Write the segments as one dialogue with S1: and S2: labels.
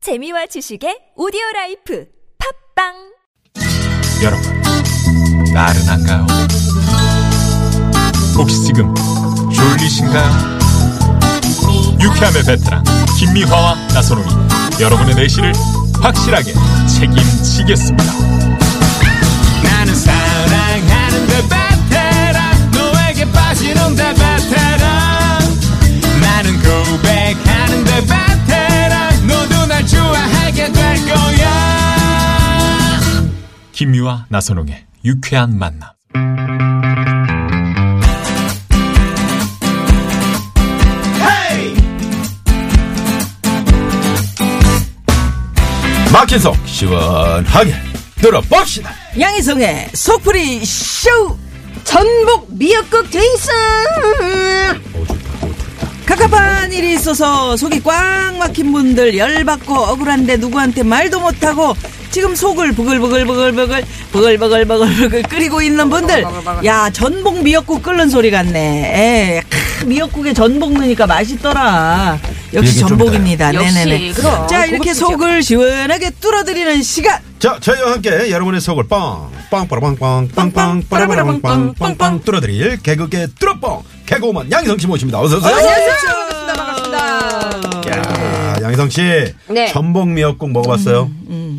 S1: 재미와 지식의 오디오 라이프 팝빵
S2: 여러분, 나른한가요? 혹시 지금 졸리신가요? 유쾌함의 베테랑 김미화와 나선홍이 여러분의 내실을 확실하게 책임지겠습니다.
S3: 나는 사랑하는데 베테랑 너에게 빠지는데 베테랑 나는 고백하는데 베테랑 너도 날 좋아하게 될 거야
S2: 김미화 나선홍의 유쾌한 만남.
S4: 막힌 속 시원하게 들어봅시다.
S5: 양희성의 속풀이 쇼 전복 미역국 제이슨 카카반 일이 있어서 속이 꽉 막힌 분들 열받고 억울한데 누구한테 말도 못하고 지금 속을 부글부글부글부글 부글부글부글부글 끓이고 있는 분들 야 전복 미역국 끓는 소리 같네 에, 크, 미역국에 전복 넣으니까 맛있더라 역시
S4: 얘기 좀
S5: 전복입니다 네네네 자 이렇게 속을 시원하게 뚫어드리는 시간
S4: 자, 저희와 함께 여러분의 속을 뻥, 빵빠라빵빵, 빵빵, 빠라바라빵빵, 빵빵 뚫어드릴 개그계 뚫어뻥, 개그우먼 양희성 씨 모십니다. 어서오세요.
S5: 안녕하세요. 반갑습니다.
S4: 아.
S5: 반갑습니다.
S4: 야, 양희성 씨. 전복 미역국 먹어봤어요?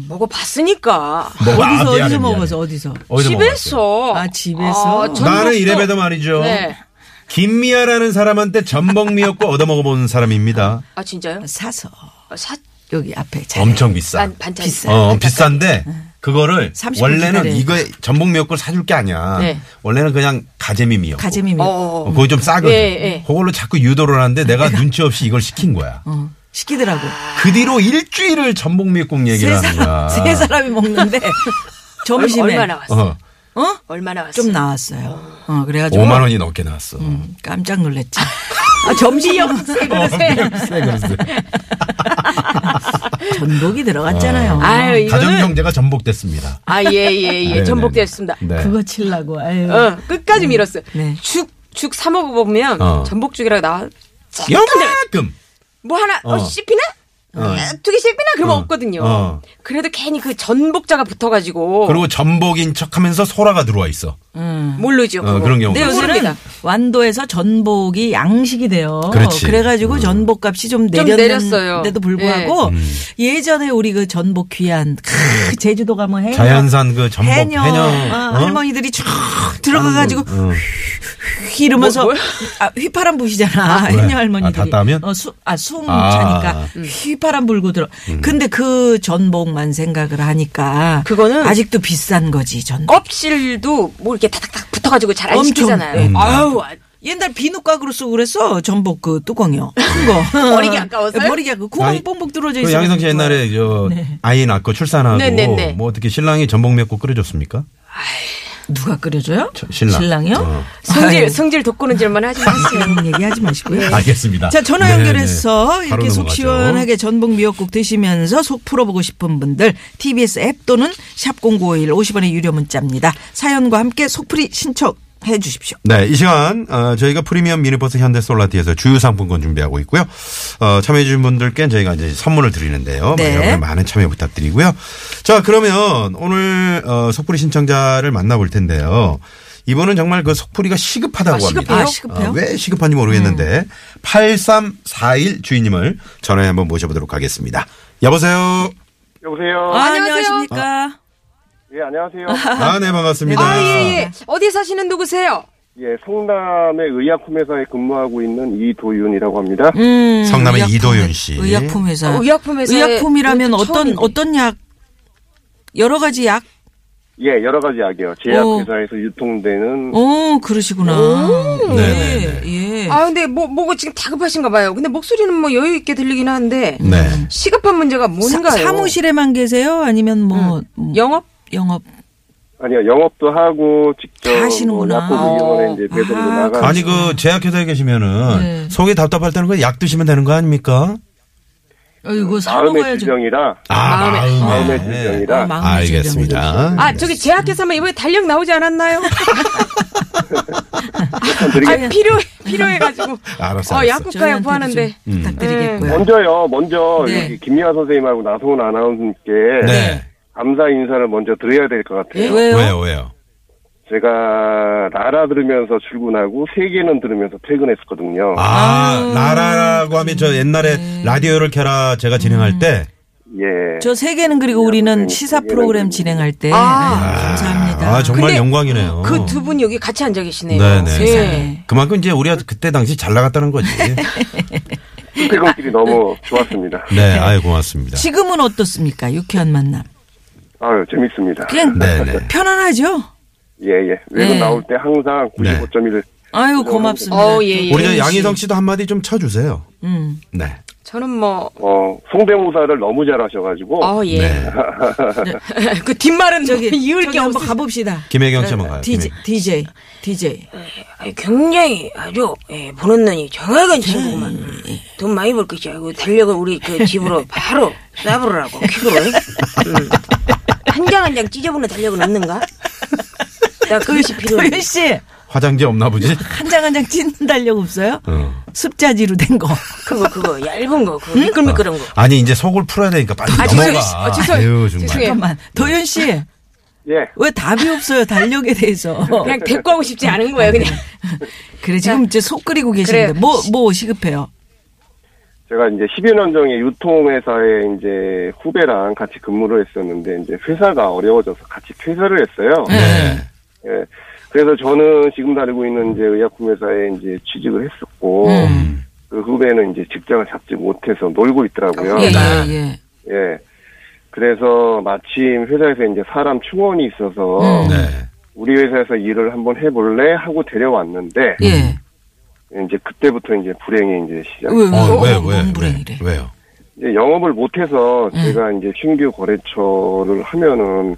S6: 먹어봤으니까
S4: 먹어-
S5: 어디서
S4: 아, 미안해,
S5: 어디서
S4: 미안해.
S5: 먹어서 어디서?
S4: 어디서 먹어봤어요?
S6: 집에서
S5: 아, 집에서?
S6: 전복도-
S4: 나는 이래봬도 어. 말이죠.
S6: 네.
S4: 김미아라는 사람한테 전복 미역국 얻어 먹어본 사람입니다.
S6: 아 진짜요?
S5: 사서
S6: 사
S5: 여기 앞에 잘
S4: 엄청 아, 비싸.
S6: 반, 반찬
S5: 비싸.
S4: 어, 비싼데 그거를
S5: 30분
S4: 원래는
S5: 기다려야
S4: 이거 전복 미역국 사줄 게 아니야.
S6: 네.
S4: 원래는 그냥 가재미 미역.
S5: 가재미
S6: 어,
S5: 면
S6: 어,
S4: 어,
S6: 어.
S4: 그거 좀 싸거든.
S6: 예, 예.
S4: 그걸로 자꾸 유도를 하는데 내가 눈치 없이 이걸 시킨 거야.
S5: 어, 시키더라고.
S4: 그 뒤로 일주일을 전복 미역국 얘기를
S5: 세
S4: 하는 거야.
S5: 사람 세 사람이 먹는데 점심에
S6: 얼- 얼마나 왔어?
S4: 어,
S5: 어?
S6: 얼마나 왔어?
S5: 좀 나왔어요. 어, 그래가지고
S4: 5만 원이 넘게 나왔어.
S5: 음. 깜짝 놀랐지. 아, 점심
S4: 어, 세 그릇에.
S5: 전복이 들어갔잖아요.
S6: 아유
S4: 음, 가정
S6: 이거는
S4: 경제가 전복됐습니다.
S6: 아예예예
S4: 네,
S6: 전복됐습니다.
S4: 네.
S5: 그거 치려고. 아유.
S6: 어 끝까지 밀었어요.
S5: 네.
S6: 죽죽 사 먹어 보면
S4: 어.
S6: 전복죽이라고 나와.
S4: 요만큼
S6: 뭐 하나 어,
S4: 어.
S6: 씹히나? 아,
S4: 어.
S6: 두 개 씹히나? 그러면
S4: 어.
S6: 없거든요.
S4: 어.
S6: 그래도 괜히 그 전복자가 붙어가지고
S4: 그리고 전복인 척하면서 소라가 들어와 있어.
S6: 모르죠.
S4: 어, 그런 경우가
S6: 네,
S4: 있어요.
S6: 모릅니다.
S5: 요새는 완도에서 전복이 양식이 돼요.
S4: 그렇지. 음.
S5: 래가지고 전복값이 좀
S6: 좀 내렸어요.
S5: 내렸는데도 불구하고
S4: 네.
S5: 예. 전에 우리 그 전복 귀한 크, 제주도 가면 뭐 해녀,
S4: 자연산 그 전복
S5: 해녀,
S4: 해녀,
S5: 아,
S4: 어?
S5: 할머니들이 쭉 들어가가지고
S4: 어.
S5: 휙 이러면서
S6: 뭐, 뭐요?
S5: 아, 휘파람 부시잖아
S4: 왜?
S5: 해녀 할머니들이
S4: 아, 다 따면?
S5: 어, 수, 아, 숨
S4: 아. 음.
S5: 차니까 휘파람 불고 들어. 근데 그 전복만 생각을 하니까
S6: 그거는 어?
S5: 아직도 비싼 거지 전복.
S6: 껍질도 뭐 이렇게 다닥닥 붙어가지고 잘 안
S5: 엄청.
S6: 씹히잖아요.
S5: 음.
S6: 아유 아,
S5: 옛날 비누곽으로 쓰고 그랬어 전복 그 뚜껑이요. 큰 거.
S6: 음.
S5: 네,
S6: 머리기 아까워서요?
S5: 머리기 아까 구멍
S4: 아니,
S5: 뽕뽕 뚫어져 네.
S4: 그
S5: 있어.
S4: 양희성 씨 옛날에 저 아이 낳고 출산하고
S6: 네, 네, 네.
S4: 뭐 어떻게 신랑이 전복 미역국 끓여줬습니까?
S5: 누가 끓여줘요?
S4: 저- 신랑.
S5: 이요
S4: 어.
S6: 성질 성질 돋구는질만 하지 마세요.
S5: 그런 얘기하지 마시고요.
S4: 알겠습니다.
S5: 자 전화
S4: 네,
S5: 연결해서
S4: 네. 바로
S5: 이렇게 속
S4: 넘어가죠.
S5: 시원하게 전복 미역국 드시면서 속 풀어보고 싶은 분들 TBS 앱 또는 샵 #0951 50원의 유료 문자입니다. 사연과 함께 속풀이 신청해 주십시오.
S4: 네, 이 시간 어, 저희가 프리미엄 미니버스 현대솔라티에서 주유 상품권 준비하고 있고요. 어, 참여해주신 분들께 저희가 이제 선물을 드리는데요.
S5: 네.
S4: 여러분의 많은 참여 부탁드리고요. 자, 그러면 오늘 어, 속풀이 신청자를 만나볼 텐데요. 이번은 정말 그 속풀이가 시급하다고
S6: 아, 시급해요? 네.
S4: 합니다.
S5: 아, 시급해요?
S4: 어, 왜 시급한지 모르겠는데 8341 주인님을 전화에 한번 모셔보도록 하겠습니다. 여보세요.
S7: 여보세요.
S5: 아,
S6: 어, 안녕하세요.
S4: 어,
S5: 안녕하십니까?
S7: 예, 안녕하세요.
S4: 아, 네 반갑습니다.
S6: 아, 예, 예. 어디 사시는 누구세요?
S7: 예, 성남의 의약품 회사에 근무하고 있는 이도윤이라고 합니다.
S5: 음,
S4: 성남의
S5: 의약품
S4: 이도윤
S5: 회-
S4: 씨.
S5: 의약품 회사.
S6: 어, 의약품 회사에
S5: 의약품이라면
S6: 이것도
S5: 어떤
S6: 처음이네.
S5: 어떤 약 여러 가지 약.
S7: 예, 여러 가지 약이요.
S5: 오.
S7: 제약회사에서 유통되는
S5: 오 그러시구나.
S4: 네네네.
S5: 예.
S6: 아, 근데 뭐, 뭐가 지금 다급하신가 봐요. 근데 목소리는 뭐 여유 있게 들리긴 하는데.
S4: 네.
S6: 시급한 문제가 뭔가요?
S5: 사, 무실에만 계세요? 아니면 뭐 음,
S6: 영업?
S5: 영업?
S7: 아니요 영업도 하고 직접 뭐
S5: 다 하시는구나.
S7: 약국 의원에 이제 배송도
S5: 아,
S7: 나가.
S4: 아니 그 제약회사에 계시면은
S5: 네.
S4: 속이 답답할 때는 그 약 드시면 되는 거 아닙니까?
S5: 어, 이거 사
S7: 마음의
S5: 먹어야죠.
S7: 질병이라.
S4: 아,
S6: 마음의-
S7: 마음의 질병이라. 그러니까
S5: 어, 마음의
S4: 알겠습니다.
S6: 뭐 아, 저기 제약회사면 이번에 달력 나오지 않았나요? 아, 필요해, 필요해가지고.
S4: 알았어,
S6: 어,
S4: 알았어.
S6: 약국가
S5: 저희한테
S6: 여부하는데.
S4: 음.
S5: 좀 부탁드리겠고요.
S7: 먼저요, 먼저
S5: 네.
S7: 여기 김미화 선생님하고 나성훈 아나운서님께
S4: 네.
S7: 감사 인사를 먼저 드려야 될 것 같아요.
S5: 네. 예, 왜요?
S4: 왜요, 왜요?
S7: 제가 라라 들으면서 출근하고 세계는 들으면서 퇴근했었거든요.
S4: 아, 라라라고 하면 저 옛날에 라디오를 켜라 제가 진행할 때
S7: 예.
S5: 저 세 개는 그리고 우리는 시사 프로그램 진행할 때 아, 감사합니다.
S4: 아, 정말
S6: 근데
S4: 영광이네요.
S6: 그 두 분 여기 같이 앉아 계시네요.
S4: 네네.
S6: 예.
S4: 그만큼 이제 우리가 그때 당시 잘 나갔다는 거지.
S7: 출퇴근길이 너무 좋았습니다.
S4: 네, 아유 고맙습니다.
S5: 지금은 어떻습니까? 유쾌한 만남.
S7: 아유, 재밌습니다.
S5: 그냥
S4: 네네.
S5: 편안하죠?
S7: 예, 예. 외근
S5: 네.
S7: 나올 때 항상 95.1을
S5: 아유, 고맙습니다.
S6: 어, 예, 예.
S4: 우리 저 양희성 씨도 한마디 좀 쳐주세요.
S5: 음.
S4: 네.
S6: 저는 뭐,
S7: 어, 송대모사를 너무 잘하셔가지고
S5: 아.
S6: 어, 예.
S4: 네.
S6: 그 뒷말은 저기
S5: 저기,
S6: 이을
S5: 저기
S6: 게
S5: 한번
S6: 없어.
S5: 가봅시다.
S4: 김혜경 씨 한번 가요.
S5: DJ, DJ, DJ.
S8: 아니, 예, 굉장히 아주 예, 보는 눈이 정확한 친구구만. 음, 돈 많이 벌 것이 알고 달력을 우리 그 집으로 바로 쏴버리라고 퀵으로. 음. 한장 한 장 찢어보는 달력은 없는가? 나 그것이 필요해.
S5: 도현 씨,
S4: 화장지 없나 보지?
S5: 한 장 한 장 찢는 달력 없어요?
S4: 어.
S5: 습자지로 된 거.
S8: 그거 그거 얇은 거, 그 미끌미끌한 거.
S4: 아니 이제 속을 풀어야 되니까 빨리
S6: 아, 죄송해요.
S4: 넘어가.
S6: 아, 죄송해요.
S4: 아유, 정말.
S6: 죄송해요.
S5: 잠깐만. 도현 씨,
S7: 예.
S5: 왜 답이 없어요? 달력에 대해서.
S6: 그냥 데리고 하고 싶지 않은 거예요, 그냥. 네.
S5: 그래, 지금 이제 속 끓이고 계시는데,
S6: 그래요.
S5: 뭐, 뭐 시급해요?
S7: 제가 이제 10여 년 전에 유통회사에 이제 후배랑 같이 근무를 했었는데 이제 회사가 어려워져서 같이 퇴사를 했어요.
S6: 음.
S4: 네.
S7: 예. 그래서 저는 지금 다니고 있는 이제 의약품회사에 이제 취직을 했었고
S5: 음.
S7: 그 후배는 이제 직장을 잡지 못해서 놀고 있더라고요.
S5: 예,
S6: 네.
S5: 예, 예.
S7: 예. 그래서 마침 회사에서 이제 사람 충원이 있어서
S5: 음.
S4: 네.
S7: 우리 회사에서 일을 한번 해볼래 하고 데려왔는데
S5: 예.
S7: 이제 그때부터 이제 불행이 이제 시작.
S6: 음.
S5: 왜, 왜,
S4: 어,
S5: 왜,
S4: 왜요, 왜요,
S5: 불행이래.
S4: 왜요? 왜요?
S7: 이제 영업을 못해서
S5: 예.
S7: 제가 이제 신규 거래처를 하면은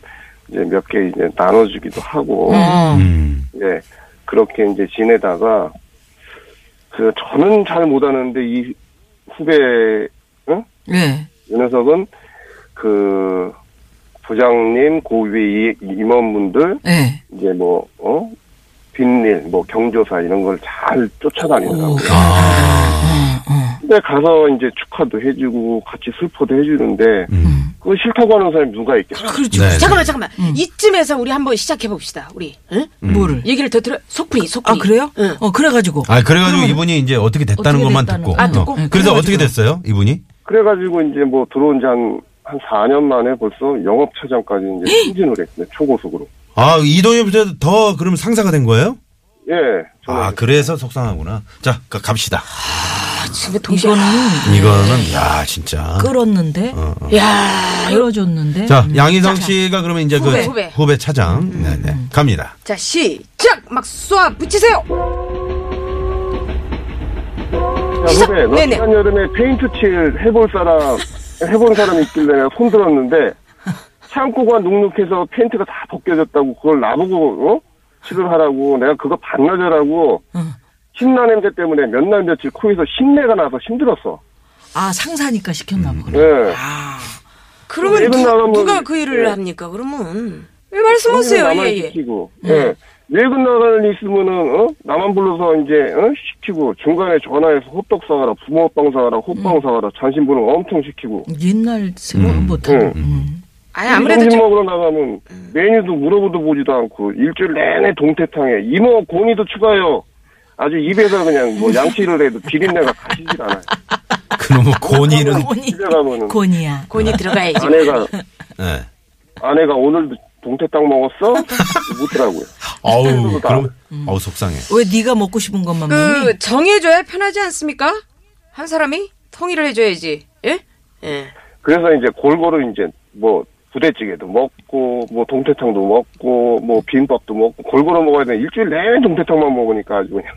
S7: 이제 몇 개 이제 나눠주기도 하고
S5: 어.
S4: 음.
S7: 예 그렇게 이제 지내다가 그 저는 잘 못하는데 이 후배
S5: 예.
S7: 이 녀석은 그 부장님 고위 이- 임원분들
S5: 예.
S7: 이제 뭐어 빈일 뭐 경조사 이런 걸 잘 쫓아다니더라고요. 근데 가서 이제 축하도 해주고 같이 슬퍼도 해주는데 그거 싫다고 하는 사람이 누가 있겠어?
S6: 그렇죠.
S4: 네, 네.
S6: 잠깐만, 잠깐만. 이쯤에서 우리 한번 시작해봅시다, 우리. 응?
S4: 음.
S5: 뭐를?
S6: 얘기를 더 들어, 속풀이,
S5: 음. 아,
S6: 속풀이.
S5: 그래요?
S6: 응.
S5: 어, 그래가지고.
S4: 아 그래가지고 이분이 이제 어떻게 됐다는
S5: 어떻게
S4: 것만
S5: 됐다는
S4: 듣고.
S5: 거.
S6: 아, 듣고?
S4: 그래서
S6: 그래가지고.
S4: 어떻게 됐어요, 이분이?
S7: 그래가지고 이제 뭐 들어온 지 한 한 4년 만에 벌써 영업 차장까지 이제 승진을 했어요 초고속으로.
S4: 아 이동엽보다 더 그럼 상사가 된 거예요?
S7: 예. 저는
S4: 아 그래서 속상하구나. 자 가- 갑시다.
S6: 지금 동시에.
S5: 이거는
S4: 이거는 야 진짜.
S5: 끌었는데,
S6: 야
S5: 끌어줬는데. 음.
S4: 자 양희성 씨가 그러면 이제
S6: 음, 후배, 음,
S4: 그
S6: 후배.
S4: 후배 차장. 네네 갑니다.
S6: 자, 시작! 막 쏴, 붙이세요!
S7: 야, 후배, 너
S6: 네네.
S7: 지난 여름에 페인트 칠 해볼 사람, 해본 사람 있길래 내가 손 들었는데, 창고가 눅눅해서 페인트가 다 벗겨졌다고 그걸 나보고, 어? 칠을 하라고 내가 그거 반나절하고, 신나 냄새 때문에 몇 날 며칠 코에서 신내가 나서 힘들었어.
S5: 아, 상사니까 시켰나
S4: 음.
S5: 보구나.
S7: 예.
S6: 아, 어,
S8: 그러면
S7: 일본
S8: 누,
S7: 나가면-
S8: 누가 그 일을
S7: 예.
S8: 합니까? 그러면
S6: 왜 말씀하세요,
S7: 나만
S6: 예, 예.
S7: 시키고, 예. 외근 나가는 일 있으면은, 어? 나만 불러서 이제, 어? 시키고, 중간에 전화해서 호떡 사가라, 붕어빵 사가라,
S6: 음.
S7: 호빵 사가라, 잔심부름 엄청 시키고,
S5: 옛날 생각은 못하고.
S7: 응.
S5: 음.
S6: 아니, 아무래도
S7: 점심
S6: 좀,
S7: 먹으러 나가면 메뉴도 물어보도 보지도 않고 일주일 내내 동태탕에 이모 고니도 추가요. 아주 입에서 그냥 뭐 양치를 해도 비린내가 가시질 않아요.
S4: 그놈의
S6: 음.
S4: 고니는.
S7: 집에 가면은
S5: 고니야.
S8: 곤이 들어가야지.
S7: 아내가
S4: 네.
S7: 아내가 오늘도 동태탕 먹었어? 묻더라고요.
S4: 어우 그럼 어우 속상해.
S6: 음.
S5: 왜 네가 먹고 싶은 것만 먹니?
S6: 그, 정해줘야 편하지 않습니까? 한 사람이 통일을 해줘야지. 예?
S8: 예.
S7: 그래서 이제 골고루 이제 뭐 부대찌개도 먹고 뭐 동태탕도 먹고 뭐 비빔밥도 먹고 골고루 먹어야 돼. 일주일 내내 동태탕만 먹으니까 아주 그냥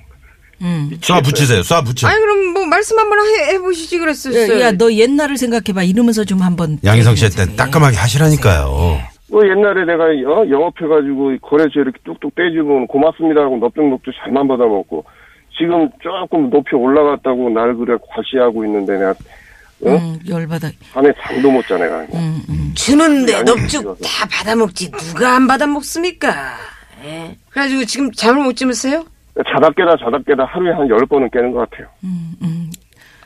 S5: 음.
S4: 쏴 붙이세요. 쏴 붙여.
S6: 아니, 그럼 뭐, 말씀 한번 해,
S5: 네.
S6: 해보시지 그랬었어요.
S5: 예, 야, 너 옛날을 생각해봐. 이러면서 좀 한번.
S4: 양희성
S5: 네,
S4: 씨한테 따끔하게 하시라니까요.
S7: 뭐 옛날에 내가 어? 영업해가지고 거래처 이렇게 뚝뚝 떼주면 고맙습니다 하고 넙죽넙죽 잘만 받아먹고 지금 조금 높이 올라갔다고 날 그래 과시하고 있는데 내가 어?
S5: 음, 열받아.
S7: 밤에 잠도 못 자 내가 그냥.
S5: 음, 음.
S8: 주는데
S7: 아니,
S8: 넙죽 다 받아먹지 누가 안 받아먹습니까? 예.
S6: 그래가지고 지금 잠을 못 주무세요?
S7: 예, 자다 깨다 자다 깨다 하루에 한 열번은 깨는 것 같아요.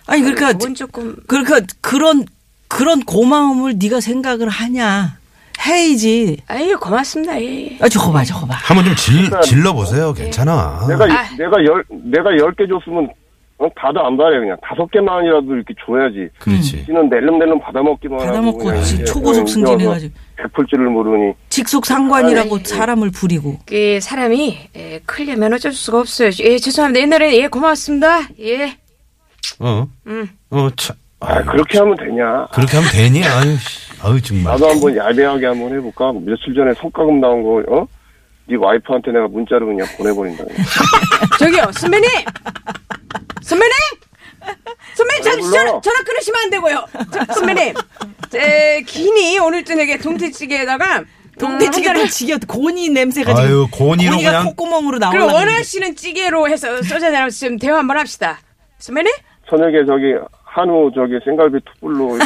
S5: 아니 그러니까
S6: 그건 조금
S5: 그러니까 그런 그런 고마움을 네가 생각을 하냐 해야지.
S6: 아유 고맙습니다. 예.
S5: 아 저거 봐 저거 봐.
S4: 한번 좀 질, 질러보세요. 괜찮아.
S7: 어, 네.
S5: 뭐.
S7: 내가,
S6: 아.
S7: 내가 열, 내가 열 개 줬으면, 어, 다도 안 바래, 그냥. 다섯 개만이라도 이렇게 줘야지.
S4: 그렇지.
S7: 지는 낼름낼름 받아먹기만 하고.
S5: 받아먹고
S7: 그냥
S5: 지-
S7: 이제,
S5: 초고속
S7: 어,
S5: 승진해가지고.
S7: 베풀 줄을 모르니.
S5: 직속상관이라고 사람을 부리고.
S6: 그 사람이 예, 클리면 어쩔 수가 없어요. 예 죄송합니다. 옛날에 예 고맙습니다. 예.
S4: 어. 어, 참.
S7: 아,
S4: 아유,
S7: 그렇게 하면 되냐.
S4: 그렇게 하면 되니? 아유, 씨. 아유, 정말.
S7: 나도 한번 야배하게 한번 해볼까? 며칠 전에 성과금 나온 거, 어? 네 와이프한테 내가 문자로 그냥 보내버린다.
S6: 저기요 선배님. 선배님. 선배님 잠시
S7: 왜
S6: 전화,
S7: 불러?
S6: 전화 끊으시면 안 되고요. 저, 선배님. 제 기니 오늘 저녁에 동태찌개에다가 음,
S5: 동태찌개를 지겨 고니 냄새가 지금
S4: 아유, 고니로
S5: 고니가
S4: 그냥.
S5: 콧구멍으로
S6: 그럼
S5: 나오려고.
S6: 원하시는 찌개로 해서 소자자랑 지금 대화 한번 합시다. 선배님?
S7: 저녁에 저기, 한우 저기 생갈비 투불로.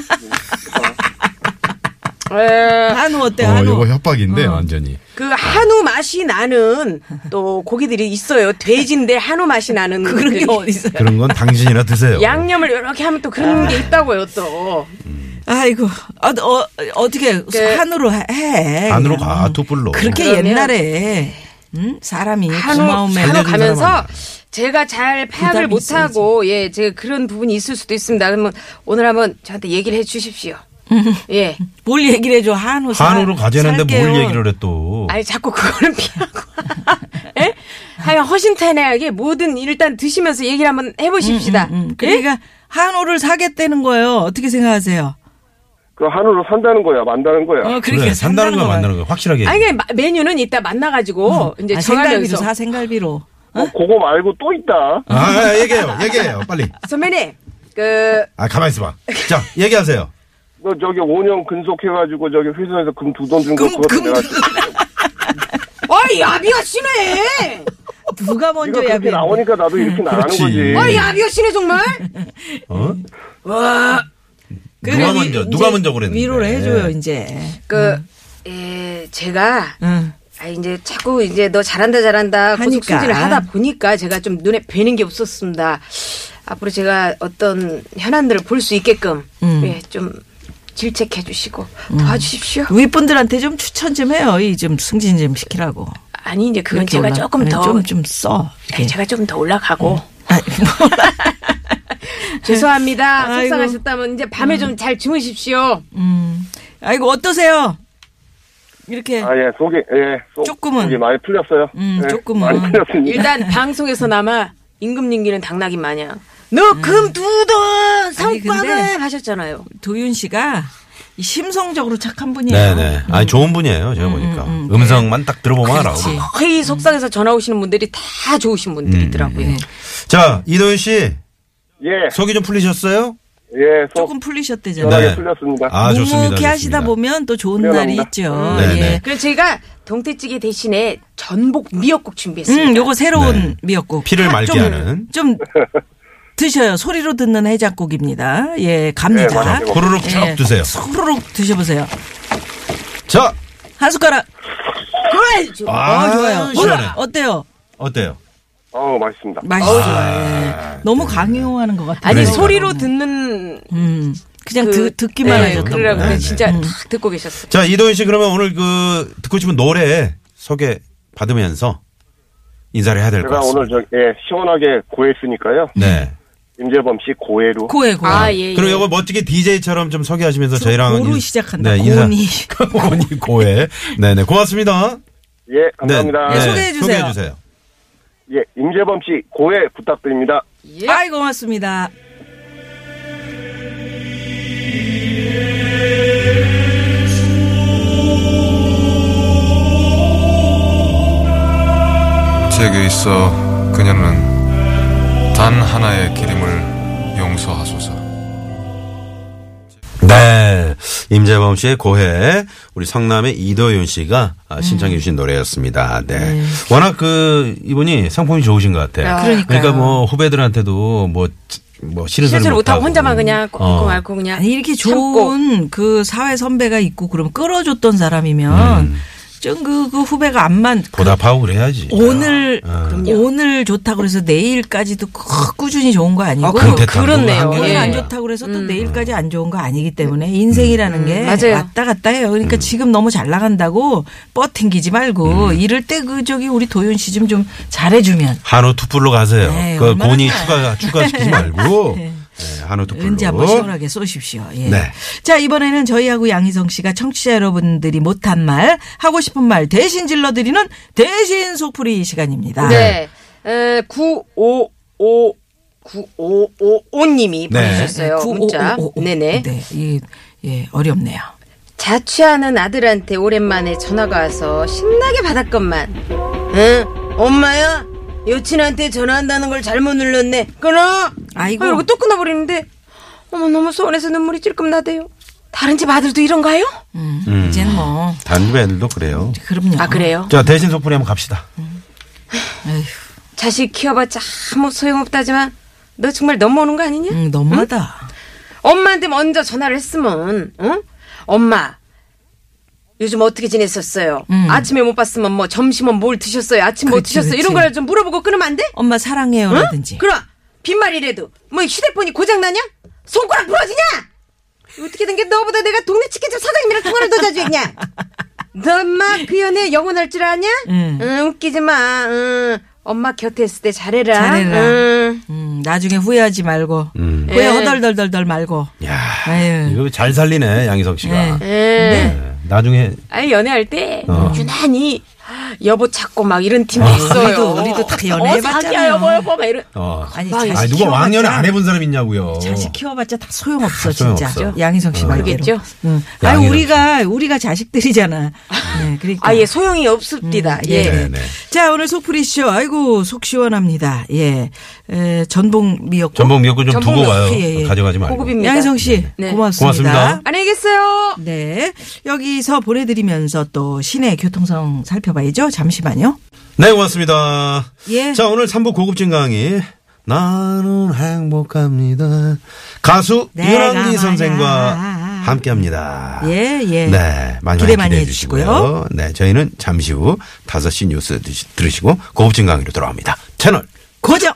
S5: 한우 어때
S9: 어,
S5: 한우?
S9: 요거 협박인데 완전히.
S8: 그 한우 맛이 나는 또 고기들이 있어요. 돼지인데 한우 맛이 나는
S5: 그런 게
S8: 그
S5: 어디 있어요?
S4: 그런 건 당신이나 드세요.
S6: 양념을 이렇게 하면 또 그런 게 있다고요, 또.
S5: 아이고 어, 어, 어떻게 한우로 해?
S4: 안으로
S5: 그냥.
S4: 가, 투불로.
S5: 그렇게
S6: 그러면-
S5: 옛날에 음? 사람이
S6: 한우,
S5: 고마움에
S6: 한우
S4: 살려준
S6: 가면서
S4: 사람한테.
S6: 제가 잘
S5: 부담이
S6: 파악을 못하고, 예, 제가 그런 부분이 있을 수도 있습니다. 그러면 오늘 한번 저한테 얘기를 해 주십시오. 예.
S5: 뭘 얘기를 해줘 한우 사-
S4: 한우로 가재는데 뭘
S5: 살게요.
S4: 얘기를 해 또.
S5: 어.
S6: 아니, 자꾸 그거는 피하고. 예? 하여 허심탄회하게 뭐든 일단 드시면서 얘기를 한번 해보십시다. 예?
S5: 음, 그러니까 한우를 사겠다는 거예요. 어떻게 생각하세요?
S7: 그 한우로 산다는 거야, 만다는 거야.
S5: 어,
S4: 그래, 산다는 거야, 만다는 거야. 확실하게.
S6: 아니, 그냥 마- 메뉴는 이따 만나가지고, 이제
S5: 아, 생갈비로
S6: 정하면서.
S5: 사 생갈비로.
S7: 어, 그거 말고 또 있다.
S4: 아, 아, 얘기해요. 얘기해요. 빨리.
S6: 선배님, 그,
S4: 아, 가만히 있어봐. 자, 얘기하세요.
S7: 너 저기 5년 근속해가지고 저기 회사에서 금 두 돈 준 거 그것도 내가
S6: 어이, 야비가
S5: 네.
S6: 심해!
S5: 누가
S7: 네가
S5: 먼저
S7: 그렇게
S5: 야비?
S7: 나오니까 나도 이렇게 나가는
S4: 그렇지.
S7: 거지.
S6: 어이, 야비가 심해, 정말!
S4: 어?
S6: 와.
S4: 누가 먼저, 누가 먼저 그랬는데.
S5: 위로를 해줘요 이제.
S6: 그, 예, 제가,
S5: 응.
S6: 아, 이제 자꾸 이제 너 잘한다, 잘한다, 고속
S5: 하니까.
S6: 승진을 하다 보니까 제가 좀 눈에 뵈는 게 없었습니다. 앞으로 제가 어떤 현안들을 볼 수 있게끔,
S5: 음.
S6: 예, 좀 질책해 주시고, 도와주십시오.
S5: 윗분들한테 좀 추천 좀 해요. 이 좀 승진 좀 시키라고.
S6: 아니, 이제 그건
S5: 이렇게 음.
S6: 제가
S5: 올라-
S6: 조금
S5: 아니,
S6: 더,
S5: 좀, 좀 써.
S6: 예, 제가 좀 더 올라가고.
S5: 아니, 뭐. 몰라.
S6: 죄송합니다.
S5: 아이고. 음.
S6: 속상하셨다면 이제 밤에 좀 잘 주무십시오.
S5: 아이고 어떠세요? 이렇게
S7: 아, 예, 속이, 예, 속,
S5: 조금은.
S7: 속이 많이 풀렸어요.
S5: 음,
S7: 예,
S5: 조금은.
S7: 많이 풀렸습니다.
S6: 일단
S5: 음.
S6: 방송에서나마 임금 얘기는 당나긴 마냥 너 금 두돈
S5: 음. 아니, 근데-
S6: 성과금 하셨잖아요.
S5: 도윤 씨가 이 심성적으로 착한 분이에요.
S4: 네네. 아니, 좋은 분이에요. 제가 보니까. 음, 성만딱 들어보면 알아.
S5: 그렇지.
S6: 거의 속상해서 전화 오시는 분들이 다 좋으신 분들이더라고요.
S5: 음,
S4: 자, 이도현 씨.
S7: 예,
S4: 속이 좀 풀리셨어요?
S7: 예, 속,
S5: 조금 풀리셨대잖아요.
S7: 편하게
S4: 네.
S7: 풀렸습니다.
S4: 아, 좋습니다.
S5: 묵묵히 하시다
S4: 좋습니다.
S5: 보면 또 좋은 날이
S7: 미안합니다.
S5: 있죠.
S4: 네네.
S5: 예.
S6: 그래서 제가 동태찌개 대신에 전복 미역국 준비했습니다.
S5: 음, 요거 새로운
S4: 네.
S5: 미역국.
S4: 피를
S5: 아,
S4: 맑게
S5: 좀,
S4: 하는.
S5: 좀 드셔요. 소리로 듣는 해장국입니다. 예, 갑니다.
S4: 자, 호로록 쭉
S5: 예.
S4: 드세요.
S5: 소로록 드셔보세요.
S4: 자,
S5: 한 숟가락.
S4: 아,
S5: 어, 좋아요.
S4: 시원해.
S5: 어, 어때요?
S4: 어때요?
S7: 어우, 맛있습니다.
S5: 맛이 좋아요. 예.
S4: 네.
S5: 너무 강요하는 것 같아요.
S6: 아니
S4: 그러니까.
S6: 소리로 듣는
S5: 음, 그냥
S6: 그-
S5: 듣, 기만
S4: 네.
S6: 예,
S5: 하셨던
S6: 그러라고
S5: 거예요.
S4: 거구나.
S6: 그냥 진짜
S5: 네, 네.
S6: 딱 듣고 계셨어요.
S4: 자, 이도현 씨 그러면 오늘 그 듣고 싶은 노래 소개 받으면서 인사를 해야 될 것
S7: 제가
S4: 같습니다.
S7: 오늘 저, 예, 시원하게 고했으니까요.
S4: 네.
S7: 임재범 씨 고해로.
S5: 고해, 고해.
S6: 아 예.
S4: 그럼
S6: 예.
S4: 이거 멋지게 DJ처럼 좀 소개하시면서
S5: 저
S4: 저희랑
S5: 고로
S4: 인-
S5: 시작한다.
S4: 네, 인사.
S5: 고니.
S4: 고니 고해. 네, 네. 고맙습니다.
S7: 예, 감사합니다.
S5: 네. 소개해 주세요.
S4: 소개해 주세요.
S7: 예, 임재범 씨 고해 부탁드립니다.
S6: 예.
S5: 아이, 고맙습니다.
S10: 제게 있어 그녀는 단 하나의 기림을 용서하소서.
S4: 네. 임재범 씨의 고해, 우리 성남의 이도윤 씨가
S5: 네.
S4: 아, 신청해 주신 노래였습니다. 네. 워낙 그, 이분이 상품이 좋으신 것 같아요.
S6: 아,
S5: 그러니까요.
S4: 뭐 후배들한테도 뭐, 뭐 싫은 소리
S6: 실수를 못하고
S4: 못하고
S5: 음.
S6: 혼자만 그냥 꽁꽁
S4: 어.
S6: 앓고 그냥
S5: 아니 이렇게
S6: 참고.
S5: 좋은 그 사회 선배가 있고 그럼 끌어줬던 사람이면 좀그 그 후배가 안만
S4: 보답하고 그래야지.
S5: 오늘 오늘 좋다 그래서 내일까지도 꾸- 꾸준히 좋은 거 아니고
S4: 아, 근데 또
S6: 그렇네요. 예. 음.
S4: 안
S5: 오늘
S4: 그러는
S5: 안
S4: 거야.
S5: 좋다 그래서 또 내일까지 안 좋은 거 아니기 때문에 인생이라는 게
S6: 맞아요.
S5: 왔다 갔다 해요. 그러니까 지금 너무 잘 나간다고 뻗팅기지 말고 이럴 때 그 저기 우리 도윤 씨 좀 좀 잘해주면
S4: 한우 투뿔로 가세요.
S5: 네,
S4: 그
S5: 얼마나
S4: 본이
S5: 좋아요.
S4: 추가 추가시키지 말고 네, 한우 투뿔로.
S5: 은지 한번 시원하게 쏘십시오. 예.
S4: 네.
S5: 자 이번에는 저희하고 양희성 씨가 청취자 여러분들이 못한 말 하고 싶은 말 대신 질러드리는 대신 소풀이 시간입니다.
S6: 네. 에, 955 9555님이
S4: 네.
S6: 보내셨어요. 문자.
S5: 구오오오오.
S6: 네네.
S5: 네. 이, 예, 어렵네요.
S6: 자취하는 아들한테 오랜만에 전화가 와서 신나게 받았건만. 응, 엄마야? 여친한테 전화한다는 걸 잘못 눌렀네. 끊어!
S5: 아이고.
S6: 이러고 또 끊어버리는데, 어머, 너무 서운해서 눈물이 찔끔 나대요. 다른 집 아들도 이런가요?
S5: 음, 이제는 뭐
S4: 단배들도 그래요.
S5: 그럼요.
S6: 아, 그래요?
S4: 자 대신 소풀이 한번 갑시다.
S5: 에휴,
S6: 자식 키워봤자 아무 소용없다지만, 너 정말 넘어오는 거 아니냐?
S5: 음, 너무하다.
S6: 엄마한테 먼저 전화를 했으면, 응? 엄마, 요즘 어떻게 지냈었어요?
S5: 음.
S6: 아침에 못 봤으면 뭐, 점심은 뭘 드셨어요? 아침 뭐
S5: 그렇지,
S6: 드셨어요? 이런
S5: 그렇지.
S6: 걸 좀 물어보고 끊으면 안 돼?
S5: 엄마 사랑해요라든지.
S6: 응? 그럼 빈말이라도 뭐 휴대폰이 고장나냐? 손가락 부러지냐? 어떻게 된 게 너보다 내가 동네 치킨집 사장님이랑 통화를 더 자주 했냐? 너막그 연애 영원할 줄 아냐?
S5: 음.
S6: 응, 웃기지 마. 응. 엄마 곁에 있을 때 잘해라.
S5: 잘해라.
S6: 응.
S5: 음, 나중에 후회하지 말고
S4: 음.
S5: 후회
S6: 예.
S5: 허덜덜덜덜 말고.
S4: 야
S5: 아유.
S4: 이거 잘 살리네 양희성
S5: 네.
S4: 씨가.
S6: 예.
S4: 네, 나중에
S6: 아니 연애할 때
S4: 어.
S6: 유난히 여보 찾고 막 이런 팀도 있어요.
S5: 아, 우리도 우리도 다 연애해봤잖아요.
S6: 어, 자기야 여보 여보 막 이런.
S4: 어.
S5: 아니,
S6: 막
S5: 자식
S4: 아니, 누가
S5: 키워봤자-
S4: 왕년에 안 해본 사람 있냐고요.
S5: 자식 키워봤자 다 소용없어
S4: 어. 다
S5: 진짜.
S4: 소용없어.
S5: 양희성 씨 말대로.
S6: 그러겠죠?
S5: 응. 아유
S4: 양희성
S5: 우리가 우리가 자식들이잖아. 네, 그러니까.
S6: 아예 소용이 없습니다.
S5: 음,
S6: 예.
S4: 네, 네.
S5: 자 오늘 속풀이쇼. 아이고 속 시원합니다. 예. 에, 전복 미역국.
S4: 전복 미역국 좀
S6: 전복
S4: 두고 와요.
S5: 미역국, 예, 예.
S4: 가져가지 말고.
S6: 고급입니다.
S5: 양희성 씨
S6: 네.
S4: 고맙습니다.
S6: 안녕히 계세요.
S5: 네. 여기서 보내드리면서 또 시내 교통상 살펴봐야죠. 잠시만요.
S4: 네, 고맙습니다.
S5: 예.
S4: 자, 오늘 3부 고급진 강의. 나는 행복합니다. 네, 가수
S5: 내가
S4: 이랑기
S5: 만약.
S4: 선생과 함께 합니다.
S5: 예, 예.
S4: 네, 많이
S5: 기대 많이
S4: 기대 많이 기대해
S5: 해주시고요.
S4: 주시고요. 네, 저희는 잠시 후 5시 뉴스 드시- 들으시고 고급진 강의로 돌아옵니다. 채널
S5: 고정!